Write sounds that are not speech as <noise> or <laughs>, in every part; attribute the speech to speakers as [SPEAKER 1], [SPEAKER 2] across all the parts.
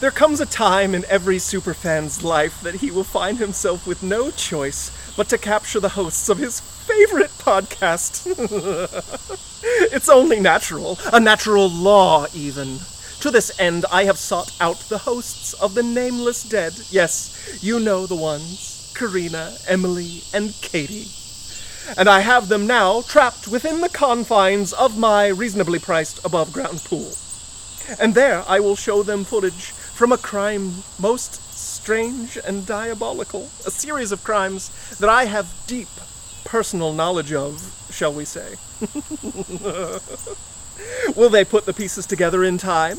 [SPEAKER 1] There comes a time in every superfan's life that he will find himself with no choice but to capture the hosts of his favorite podcast. <laughs> it's only natural, a natural law, even. To this end, I have sought out the hosts of the Nameless Dead. Yes, you know the ones Karina, Emily, and Katie. And I have them now trapped within the confines of my reasonably priced above ground pool and there I will show them footage from a crime most strange and diabolical, a series of crimes that I have deep personal knowledge of, shall we say. <laughs> will they put the pieces together in time?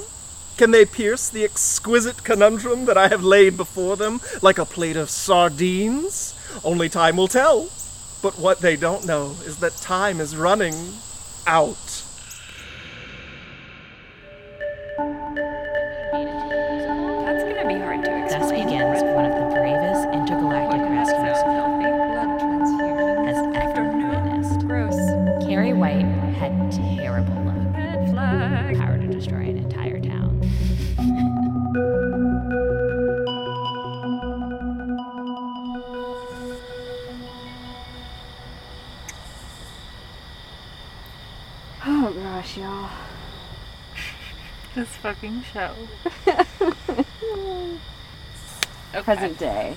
[SPEAKER 1] Can they pierce the exquisite conundrum that I have laid before them like a plate of sardines? Only time will tell. But what they don't know is that time is running out.
[SPEAKER 2] That's gonna be hard to
[SPEAKER 3] Thus begins one of the bravest intergalactic rescues has ever witnessed. Carrie White had terrible luck. Power to destroy an entire town.
[SPEAKER 4] Oh gosh, y'all.
[SPEAKER 2] This fucking
[SPEAKER 4] <laughs>
[SPEAKER 2] show. okay.
[SPEAKER 4] Present day.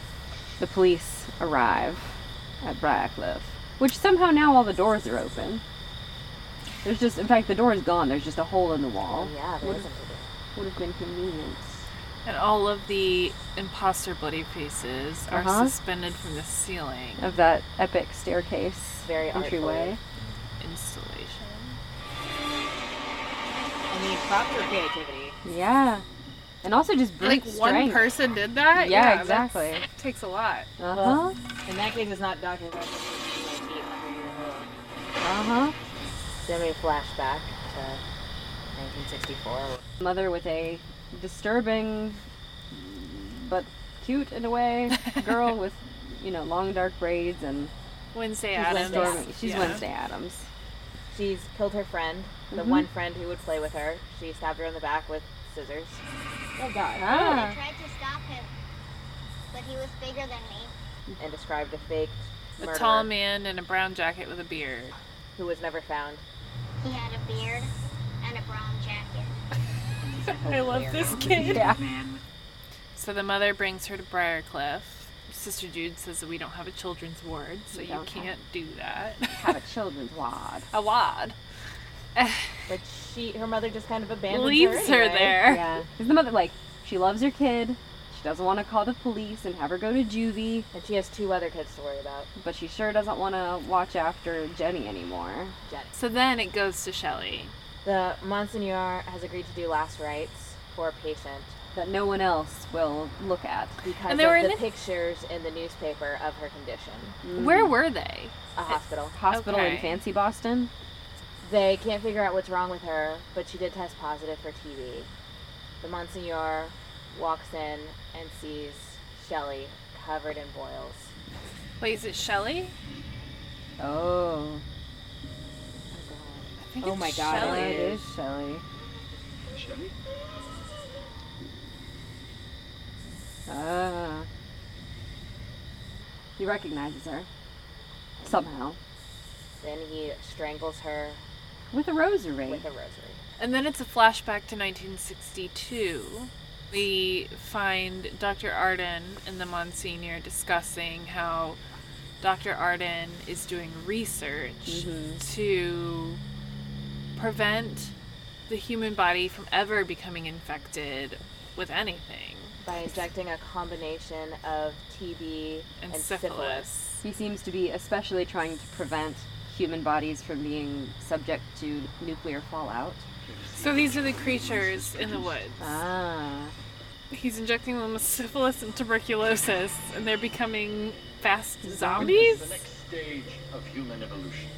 [SPEAKER 4] The police arrive at Briarcliff, which somehow now all the doors are open. There's just, in fact, the door is gone. There's just a hole in the wall.
[SPEAKER 5] Oh, Yeah, there
[SPEAKER 4] would
[SPEAKER 5] is
[SPEAKER 4] have, would have been convenient.
[SPEAKER 2] And all of the imposter bloody faces are
[SPEAKER 4] Uh-huh.
[SPEAKER 2] suspended from the ceiling
[SPEAKER 4] Of that epic staircase
[SPEAKER 5] Very
[SPEAKER 4] entryway.
[SPEAKER 2] installation.
[SPEAKER 5] I mean, prop for creativity.
[SPEAKER 4] Yeah. And also just brute
[SPEAKER 2] Like one
[SPEAKER 4] strength.
[SPEAKER 2] person did that?
[SPEAKER 4] Yeah,
[SPEAKER 2] that's-
[SPEAKER 4] exactly.
[SPEAKER 2] Takes a lot.
[SPEAKER 4] Uh huh.
[SPEAKER 5] In that case, it's not Dr. Who, it's like 800 year old.
[SPEAKER 4] Uh huh.
[SPEAKER 5] Then we flashback to 1964.
[SPEAKER 4] Mother with a disturbing but cute in a
[SPEAKER 2] <laughs>
[SPEAKER 4] way girl with, you know, long dark braids and
[SPEAKER 5] She's
[SPEAKER 2] Wednesday Adams.
[SPEAKER 5] Wednesday.
[SPEAKER 4] Stormy. She's
[SPEAKER 2] Yeah.
[SPEAKER 4] Wednesday Adams.
[SPEAKER 5] She's killed her friend, the
[SPEAKER 2] Mm-hmm.
[SPEAKER 4] Mhm.
[SPEAKER 5] one friend who would play with her. She stabbed her in the back with scissors.
[SPEAKER 4] Oh God.
[SPEAKER 6] I tried to stop him, but he was bigger than me.
[SPEAKER 5] and described a fake
[SPEAKER 2] A
[SPEAKER 5] murderer
[SPEAKER 2] tall man in a brown jacket with a beard.
[SPEAKER 5] who was never found.
[SPEAKER 6] He had a beard and a brown jacket.
[SPEAKER 2] I love this kid.
[SPEAKER 4] Yeah.
[SPEAKER 2] So the mother brings her to Briarcliff. Sister Jude says that we don't have a children's ward, so
[SPEAKER 4] We
[SPEAKER 2] you
[SPEAKER 4] don't have-
[SPEAKER 2] can't do that.
[SPEAKER 4] Have a children's wad.
[SPEAKER 2] a wad.
[SPEAKER 5] But she, her mother just kind of abandoned
[SPEAKER 2] Leaves her
[SPEAKER 5] anyway.
[SPEAKER 2] there.
[SPEAKER 4] Yeah. Because the mother, like, she loves her kid. She doesn't want to call the police and have her go to juvie,
[SPEAKER 5] And she has two other kids to worry about.
[SPEAKER 4] but she sure doesn't want to watch after Jenny anymore.
[SPEAKER 5] Jenny.
[SPEAKER 2] So then it goes to Shelley.
[SPEAKER 5] The Monsignor has agreed to do last rites for a patient
[SPEAKER 4] That no one else will look at.
[SPEAKER 5] because
[SPEAKER 2] And they were
[SPEAKER 5] of
[SPEAKER 2] in
[SPEAKER 5] the
[SPEAKER 2] the-
[SPEAKER 5] pictures in the newspaper of her condition.
[SPEAKER 2] Where were they?
[SPEAKER 5] A hospital.
[SPEAKER 4] Hospital in
[SPEAKER 2] Okay.
[SPEAKER 4] fancy Boston.
[SPEAKER 5] They can't figure out what's wrong with her, but she did test positive for TB. The Monsignor walks in and sees Shelley covered in boils.
[SPEAKER 2] Wait, is it Shelley?
[SPEAKER 4] Oh.
[SPEAKER 2] I think
[SPEAKER 5] Oh
[SPEAKER 2] it's
[SPEAKER 5] my God,
[SPEAKER 2] Shelley.
[SPEAKER 4] It is Shelley. Ah. He recognizes her. Somehow.
[SPEAKER 5] Then he strangles her
[SPEAKER 4] With a rosary.
[SPEAKER 5] with a rosary.
[SPEAKER 2] And then it's a flashback to 1962. We find Dr. Arden and the Monsignor discussing how Dr. Arden is doing research to prevent the human body from ever becoming infected with anything
[SPEAKER 5] By injecting a combination of TB
[SPEAKER 2] and,
[SPEAKER 5] and, syphilis.
[SPEAKER 2] syphilis.
[SPEAKER 4] He seems to be especially trying to prevent human bodies from being subject to nuclear fallout.
[SPEAKER 2] So these are the creatures in the woods.
[SPEAKER 4] Ah.
[SPEAKER 2] He's injecting them with syphilis and tuberculosis, and they're becoming fast zombies?
[SPEAKER 7] The next stage of human evolution.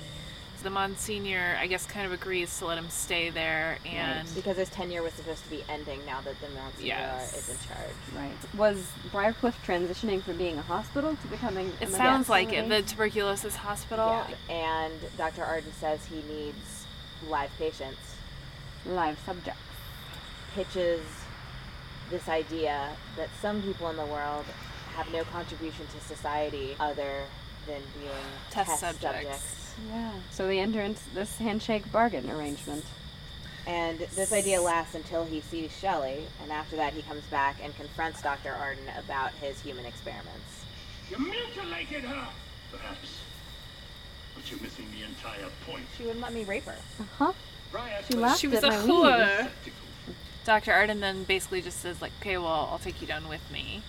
[SPEAKER 2] The Monsignor, I guess, kind of agrees to let him stay there, and
[SPEAKER 5] Because his tenure was supposed to be ending now that the Monsignor
[SPEAKER 2] Yes.
[SPEAKER 5] is in charge.
[SPEAKER 4] Right. Was Briarcliff transitioning from being a hospital to becoming a
[SPEAKER 2] it sounds like it. The
[SPEAKER 4] facility?
[SPEAKER 2] tuberculosis hospital.
[SPEAKER 5] Yeah. And Dr. Arden says he needs live patients,
[SPEAKER 4] live subjects.
[SPEAKER 5] pitches this idea that some people in the world have no contribution to society other than being
[SPEAKER 2] Test,
[SPEAKER 5] test,
[SPEAKER 2] subjects.
[SPEAKER 4] Yeah. So they enter into this handshake bargain arrangement.
[SPEAKER 5] And this idea lasts until he sees Shelley, and after that he comes back and confronts Dr. Arden about his human experiments.
[SPEAKER 7] You mutilated her! Perhaps. But you're missing the entire point.
[SPEAKER 5] She wouldn't let me rape her.
[SPEAKER 4] Huh?
[SPEAKER 7] Riot
[SPEAKER 4] She
[SPEAKER 7] was
[SPEAKER 4] laughed
[SPEAKER 2] She was
[SPEAKER 4] at
[SPEAKER 2] a
[SPEAKER 4] my
[SPEAKER 2] whore.
[SPEAKER 4] weave.
[SPEAKER 7] spectacle.
[SPEAKER 2] Dr. Arden then basically just says, like, okay, well, I'll take you down with me.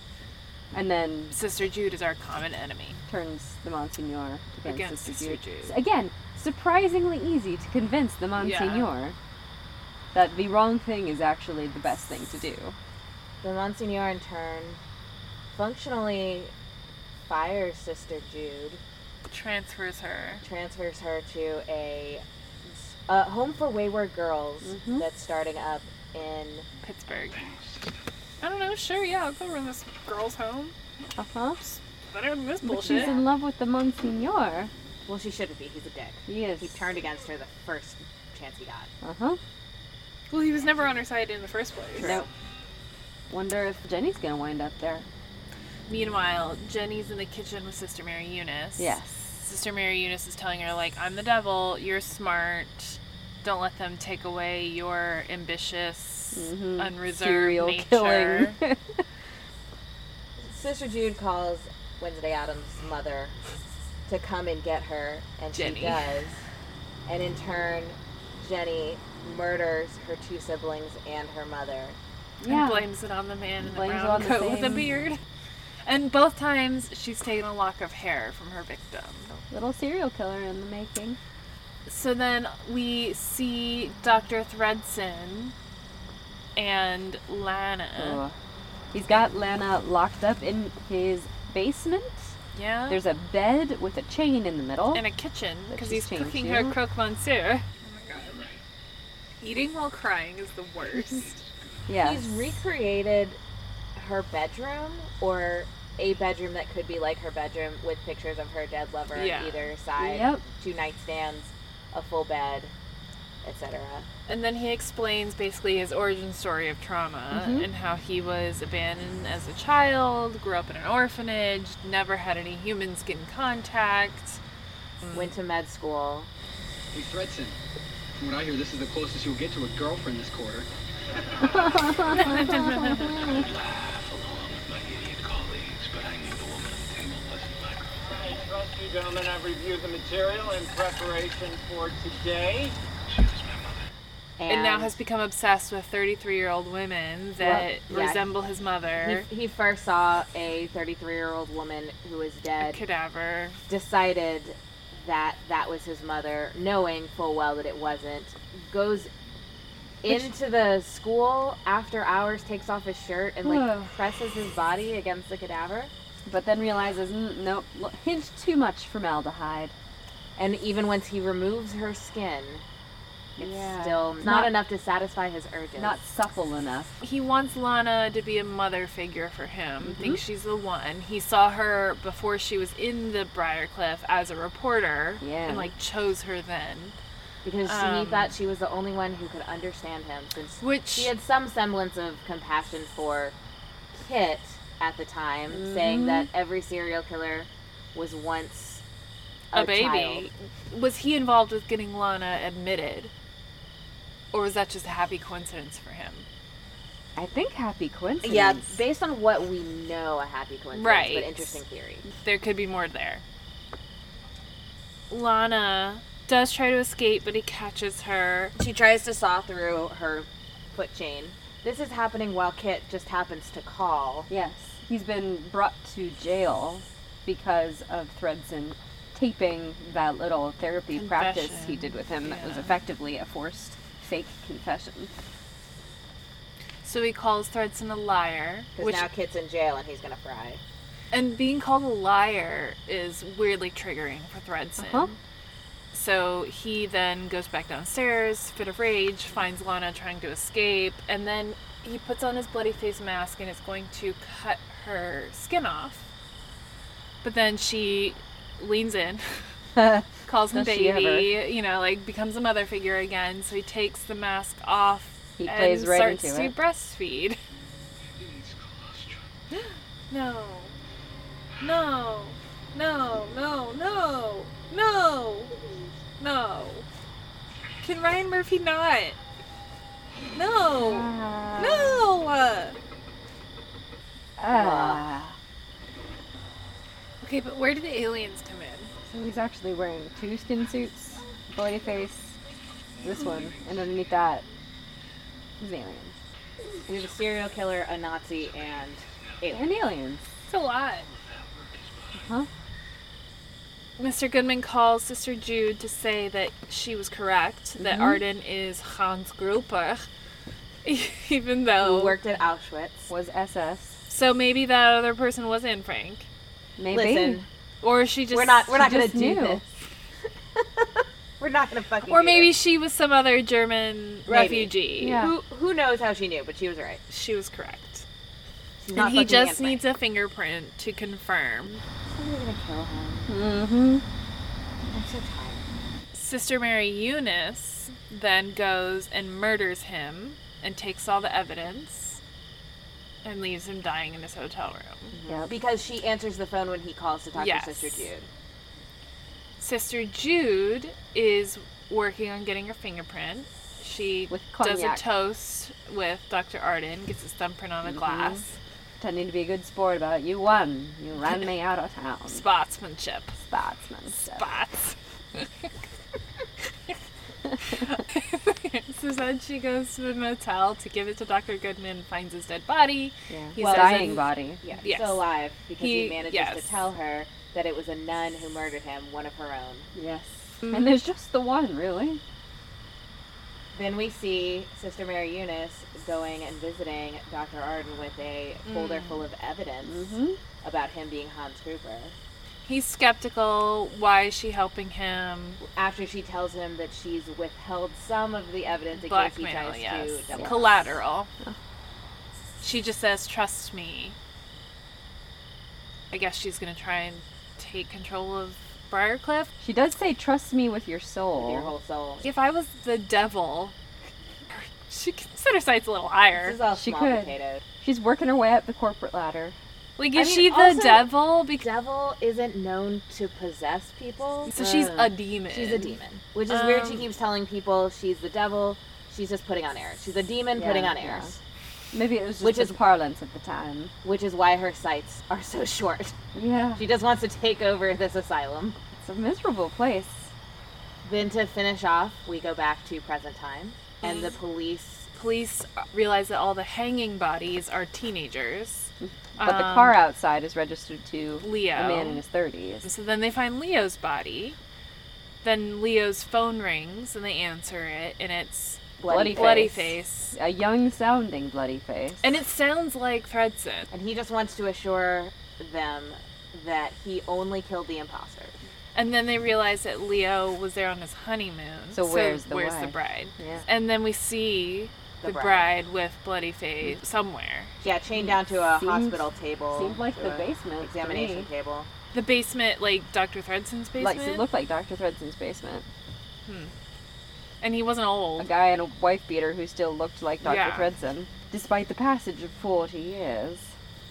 [SPEAKER 4] And then
[SPEAKER 2] Sister Jude is our common enemy.
[SPEAKER 4] turns the Monsignor against,
[SPEAKER 2] Against
[SPEAKER 4] Sister
[SPEAKER 2] Sister
[SPEAKER 4] Jude.
[SPEAKER 2] Jude.
[SPEAKER 4] S- Again, surprisingly easy to convince the Monsignor that the wrong thing is actually the best thing to do.
[SPEAKER 5] The Monsignor, in turn, functionally fires Sister Jude,
[SPEAKER 2] Transfers her.
[SPEAKER 5] transfers her to a, a home for wayward girls that's starting up in.
[SPEAKER 2] Pittsburgh. I don't know, sure, yeah, I'll go run this girl's home.
[SPEAKER 4] Uh huh.
[SPEAKER 2] Better than this
[SPEAKER 4] But she's
[SPEAKER 2] bullshit.
[SPEAKER 4] in love with the Monsignor.
[SPEAKER 5] Well, she shouldn't be. He's a dick.
[SPEAKER 4] He is.
[SPEAKER 5] He turned against her the first chance he got.
[SPEAKER 4] Uh huh.
[SPEAKER 2] Well, he was never on her side in the first place.
[SPEAKER 4] No. Wonder if Jenny's gonna wind up there.
[SPEAKER 2] Meanwhile, Jenny's in the kitchen with Sister Mary Eunice.
[SPEAKER 4] Yes.
[SPEAKER 2] Sister Mary Eunice is telling her, like, I'm the devil, you're smart, don't let them take away your ambitious,
[SPEAKER 4] Mhm.
[SPEAKER 2] unreserved
[SPEAKER 4] Serial
[SPEAKER 2] nature.
[SPEAKER 4] killing.
[SPEAKER 5] Sister Jude calls Wednesday Adams' mother to come and get her, and
[SPEAKER 2] Jenny.
[SPEAKER 5] she does. And in turn, Jenny murders her two siblings and her mother.
[SPEAKER 2] and
[SPEAKER 4] <laughs> yeah.
[SPEAKER 2] blames it on the man in the
[SPEAKER 4] Blames it
[SPEAKER 2] brown
[SPEAKER 4] on the
[SPEAKER 2] coat with the
[SPEAKER 4] same-
[SPEAKER 2] beard. And both times she's taken a lock of hair from her victim.
[SPEAKER 4] Little serial killer in the making.
[SPEAKER 2] So then we see Dr. Thredson and Lana.
[SPEAKER 4] Ugh. He's got Lana locked up in his basement.
[SPEAKER 2] Yeah?
[SPEAKER 4] There's a bed with a chain in the middle.
[SPEAKER 2] in a kitchen
[SPEAKER 4] That
[SPEAKER 2] because
[SPEAKER 4] she's
[SPEAKER 2] he's
[SPEAKER 4] changed,
[SPEAKER 2] cooking
[SPEAKER 4] yeah.
[SPEAKER 2] her croque monsieur. Eating while crying is the
[SPEAKER 5] <laughs>
[SPEAKER 2] worst.
[SPEAKER 4] yeah.
[SPEAKER 5] He's recreated her bedroom or a bedroom that could be like her bedroom with pictures of her dead lover
[SPEAKER 2] Yeah.
[SPEAKER 5] on either side,
[SPEAKER 4] Yep.
[SPEAKER 5] two nightstands, a full bed, etc.
[SPEAKER 2] And then he explains basically his origin story of trauma
[SPEAKER 5] Mm-hmm.
[SPEAKER 4] Mhm.
[SPEAKER 2] and how he was abandoned as a child, grew up in an orphanage, never had any human skin contact.
[SPEAKER 5] Went to med school.
[SPEAKER 8] Hey, Fredson. From what I hear, this is the closest you'll get to a girlfriend this quarter.
[SPEAKER 7] My idiot colleagues, but I knew the woman at the table wasn't my girlfriend. I trust you, gentlemen. I've reviewed the material in preparation for today. She was my mother.
[SPEAKER 5] And,
[SPEAKER 2] And now has become obsessed with 33 year old women that
[SPEAKER 5] Well, yeah.
[SPEAKER 2] resemble his mother.
[SPEAKER 5] he, he first saw a 33 year old woman who was dead,
[SPEAKER 2] Cadaver.
[SPEAKER 5] decided that that was his mother, knowing full well that it wasn't, goes into the school after hours, takes off his shirt, and
[SPEAKER 4] Ugh.
[SPEAKER 5] like presses his body against the cadaver.
[SPEAKER 4] but then realizes, mm, nope, l- hint too much formaldehyde.
[SPEAKER 5] And even once he removes her skin, it's
[SPEAKER 4] Yeah.
[SPEAKER 5] still not,
[SPEAKER 4] Not-
[SPEAKER 5] enough to satisfy his urges.
[SPEAKER 4] Not supple enough.
[SPEAKER 2] He wants Lana to be a mother figure for him.
[SPEAKER 5] Mm-hmm.
[SPEAKER 2] Thinks she's the one. He saw her before she was in the Briarcliff as a reporter.
[SPEAKER 4] Yeah.
[SPEAKER 2] And like chose her then.
[SPEAKER 5] because
[SPEAKER 2] um,
[SPEAKER 5] he thought she was the only one who could understand him since
[SPEAKER 2] Which
[SPEAKER 5] she had some semblance of compassion for Kit at the time, saying that every serial killer was once a,
[SPEAKER 2] a,
[SPEAKER 5] Mm-hmm.
[SPEAKER 2] baby.
[SPEAKER 5] child.
[SPEAKER 2] Was he involved with getting Lana admitted? Or was that just a happy coincidence for him?
[SPEAKER 4] I think happy coincidence.
[SPEAKER 5] Yeah, based on what we know, a happy coincidence,
[SPEAKER 2] Right.
[SPEAKER 5] but interesting theory.
[SPEAKER 2] There could be more there. Lana does try to escape, but he catches her.
[SPEAKER 5] She tries to saw through her foot chain. This is happening while Kit just happens to call.
[SPEAKER 4] Yes. He's been brought to jail because of Thredson taping that little therapy practice he
[SPEAKER 2] Confession.
[SPEAKER 4] did with him that was
[SPEAKER 2] Yeah.
[SPEAKER 4] effectively a forced fake confession.
[SPEAKER 2] So he calls Thredson a liar,
[SPEAKER 5] Because
[SPEAKER 2] which
[SPEAKER 5] now Kit's in jail and he's gonna fry.
[SPEAKER 2] And being called a liar is weirdly triggering for Thredson.
[SPEAKER 4] Uh-huh.
[SPEAKER 2] So he then goes back downstairs, fit of rage, finds Lana trying to escape, and then he puts on his bloody face mask and is going to cut her skin off. But then she
[SPEAKER 4] <laughs>
[SPEAKER 2] leans in, <laughs> calls him
[SPEAKER 4] Does she
[SPEAKER 2] baby, you know, like becomes a mother figure again. So he takes the mask off
[SPEAKER 4] He
[SPEAKER 2] and
[SPEAKER 4] plays right
[SPEAKER 2] starts
[SPEAKER 4] into
[SPEAKER 2] to
[SPEAKER 4] it.
[SPEAKER 2] breastfeed. <laughs> No. No. No. No. No. No. No. Can Ryan Murphy not? No. No.
[SPEAKER 4] Ah.
[SPEAKER 2] Okay, but where do the aliens come in?
[SPEAKER 4] So he's actually wearing two skin suits, bloody face, this one, and underneath that, he's an alien.
[SPEAKER 5] We have a serial killer, a Nazi, and alien.
[SPEAKER 4] And aliens.
[SPEAKER 2] It's a lot.
[SPEAKER 4] Huh?
[SPEAKER 2] Mr. Goodman calls Sister Jude to say that she was correct, that Arden is Hans Gruber, <laughs> even though.
[SPEAKER 5] Who worked at Auschwitz.
[SPEAKER 4] Was SS.
[SPEAKER 2] So maybe that other person was in Frank.
[SPEAKER 4] Maybe.
[SPEAKER 5] Listen,
[SPEAKER 2] Or she just.
[SPEAKER 5] we're not we're not
[SPEAKER 4] She
[SPEAKER 5] gonna
[SPEAKER 4] just
[SPEAKER 5] do
[SPEAKER 4] knew.
[SPEAKER 5] <laughs> this. we're not gonna fucking.
[SPEAKER 2] Or
[SPEAKER 5] do
[SPEAKER 2] maybe
[SPEAKER 5] this.
[SPEAKER 2] she was some other German
[SPEAKER 5] Maybe.
[SPEAKER 2] refugee.
[SPEAKER 4] Yeah.
[SPEAKER 5] who who knows how she knew, but she was right.
[SPEAKER 2] She was correct.
[SPEAKER 5] She's not
[SPEAKER 2] and he
[SPEAKER 5] fucking
[SPEAKER 2] just
[SPEAKER 5] Anne Frank.
[SPEAKER 2] needs a fingerprint to confirm.
[SPEAKER 5] Somebody's gonna kill him.
[SPEAKER 4] Mm-hmm.
[SPEAKER 5] I'm so tired.
[SPEAKER 2] Sister Mary Eunice then goes and murders him and takes all the evidence and leaves him dying in his hotel room.
[SPEAKER 4] Yep.
[SPEAKER 5] Because she answers the phone when he calls to talk
[SPEAKER 2] Yes.
[SPEAKER 5] to Sister Jude.
[SPEAKER 2] Sister Jude is working on getting her fingerprint. She
[SPEAKER 4] With
[SPEAKER 2] does a
[SPEAKER 4] cognac. Mm-hmm.
[SPEAKER 2] toast with Dr. Arden, gets his thumbprint on a glass.
[SPEAKER 4] Pretending to be a good sport about it. You won. You ran me out of town.
[SPEAKER 2] Spotsmanship.
[SPEAKER 4] Spotsman stuff.
[SPEAKER 2] spots. <laughs> so then she goes to the motel to give it to Dr. Goodman, finds his dead body.
[SPEAKER 4] Yeah.
[SPEAKER 2] He
[SPEAKER 4] Well,
[SPEAKER 2] says
[SPEAKER 4] dying
[SPEAKER 2] it-
[SPEAKER 4] body.
[SPEAKER 5] Yeah, he's
[SPEAKER 2] Yes.
[SPEAKER 5] still alive because he,
[SPEAKER 2] He-
[SPEAKER 5] manages
[SPEAKER 2] yes.
[SPEAKER 5] to tell her that it was a nun who murdered him, one of her own.
[SPEAKER 4] Yes. And there's just the one, really.
[SPEAKER 5] Then we see Sister Mary Eunice going and visiting Dr. Arden with a folder
[SPEAKER 2] Mm.
[SPEAKER 5] full of evidence
[SPEAKER 4] Mhm.
[SPEAKER 5] about him being Hans Gruber.
[SPEAKER 2] He's skeptical. Why is she helping him?
[SPEAKER 5] After she tells him that she's withheld some of the evidence in case he
[SPEAKER 2] Blackmail,
[SPEAKER 5] tries
[SPEAKER 2] yes.
[SPEAKER 5] to double up.
[SPEAKER 2] Collateral.
[SPEAKER 5] Oh.
[SPEAKER 2] She just says, trust me. I guess she's going to try and take control of Briarcliff.
[SPEAKER 4] She does say, "Trust me with your soul."
[SPEAKER 5] your whole soul.
[SPEAKER 2] If I was the devil, <laughs> she could set her sights a little
[SPEAKER 5] This
[SPEAKER 2] higher.
[SPEAKER 5] is all
[SPEAKER 4] She
[SPEAKER 5] small
[SPEAKER 4] could.
[SPEAKER 5] potatoes.
[SPEAKER 4] She's working her way up the corporate ladder.
[SPEAKER 2] Like,
[SPEAKER 5] I
[SPEAKER 2] is
[SPEAKER 5] mean,
[SPEAKER 2] she the
[SPEAKER 5] also-
[SPEAKER 2] devil? Because
[SPEAKER 5] Devil isn't known to possess people.
[SPEAKER 2] So she's
[SPEAKER 4] Uh,
[SPEAKER 2] a demon.
[SPEAKER 5] She's a demon, which is weird. She
[SPEAKER 2] Um,
[SPEAKER 5] keeps telling people she's the devil. She's just putting on airs. She's a demon
[SPEAKER 4] Yeah,
[SPEAKER 5] putting on
[SPEAKER 4] yeah.
[SPEAKER 5] airs,
[SPEAKER 4] Maybe it was just
[SPEAKER 5] Which
[SPEAKER 4] Which
[SPEAKER 5] is-
[SPEAKER 4] is parlance at the time.
[SPEAKER 5] which is why her sights are so <laughs> short.
[SPEAKER 4] Yeah.
[SPEAKER 5] She just wants to take over this asylum.
[SPEAKER 4] It's a miserable place.
[SPEAKER 5] Then to finish off, we go back to present time, and the police.
[SPEAKER 2] Police realize that all the hanging bodies are teenagers.
[SPEAKER 4] But the car outside is registered to
[SPEAKER 2] Leo.
[SPEAKER 4] a man in his 30s.
[SPEAKER 2] So then they find Leo's body. Then Leo's phone rings and they answer it, and it's
[SPEAKER 4] Bloody
[SPEAKER 2] Bloody
[SPEAKER 4] Face.
[SPEAKER 2] Face.
[SPEAKER 4] A young sounding bloody face.
[SPEAKER 2] And it sounds like Fredson.
[SPEAKER 5] And he just wants to assure them that he only killed the imposter.
[SPEAKER 2] And then they realize that Leo was there on his honeymoon.
[SPEAKER 4] So where's the
[SPEAKER 2] where's the
[SPEAKER 4] wife?
[SPEAKER 2] bride?
[SPEAKER 4] Yeah.
[SPEAKER 2] And then we see
[SPEAKER 5] The
[SPEAKER 2] the,
[SPEAKER 5] bride.
[SPEAKER 2] bride. with Bloody Face somewhere.
[SPEAKER 5] Yeah, chained down to a
[SPEAKER 4] Seemed-
[SPEAKER 5] hospital table.
[SPEAKER 4] seemed like the
[SPEAKER 5] uh,
[SPEAKER 4] basement to
[SPEAKER 5] examination
[SPEAKER 4] me.
[SPEAKER 5] table.
[SPEAKER 2] The basement, like Dr. Thredson's basement.
[SPEAKER 4] Like, it looked like Dr. Thredson's basement.
[SPEAKER 2] and he wasn't
[SPEAKER 4] A
[SPEAKER 2] old.
[SPEAKER 4] guy in a wife beater who still looked like Dr.
[SPEAKER 2] Yeah.
[SPEAKER 4] Thredson, despite the passage of 40 years.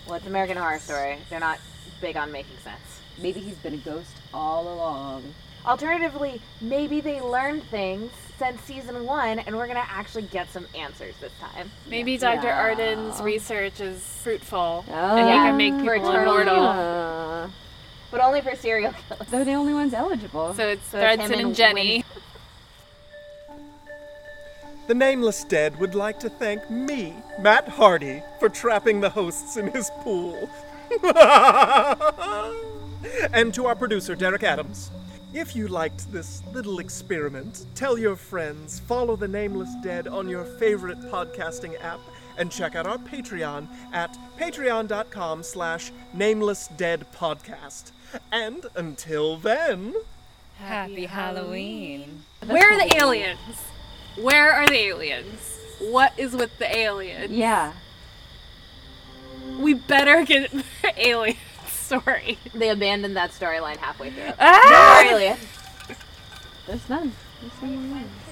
[SPEAKER 5] Well, it's American Horror Story. They're not big on making sense.
[SPEAKER 4] Maybe he's been a ghost all along.
[SPEAKER 5] Alternatively, maybe they learned things since season one, and we're gonna actually get some answers this time.
[SPEAKER 2] Maybe Dr.
[SPEAKER 4] Yeah.
[SPEAKER 2] Arden's research is fruitful, and he
[SPEAKER 4] Ah.
[SPEAKER 2] can make
[SPEAKER 5] For
[SPEAKER 2] people
[SPEAKER 5] eternal
[SPEAKER 2] immortal.
[SPEAKER 5] youth.
[SPEAKER 4] Uh,
[SPEAKER 5] But only for serial killers.
[SPEAKER 4] they're the only ones eligible.
[SPEAKER 2] So it's
[SPEAKER 5] So it's him
[SPEAKER 2] Thredson and,
[SPEAKER 5] and
[SPEAKER 2] Jenny.
[SPEAKER 1] The Nameless Dead would like to thank me, Matt Hardy, for trapping the hosts in his pool. <laughs> and to our producer, Derek Adams. If you liked this little experiment, tell your friends, follow The Nameless Dead on your favorite podcasting app, and check out our Patreon at patreon.com slash namelessdeadpodcast. And until then...
[SPEAKER 9] Happy Halloween.
[SPEAKER 2] Where are the aliens? Where are the aliens? What is with the aliens?
[SPEAKER 4] yeah.
[SPEAKER 2] We better get <laughs> aliens. Sorry.
[SPEAKER 5] They abandoned that storyline halfway through.
[SPEAKER 2] Ah!
[SPEAKER 5] Really?
[SPEAKER 4] There's none. There's none.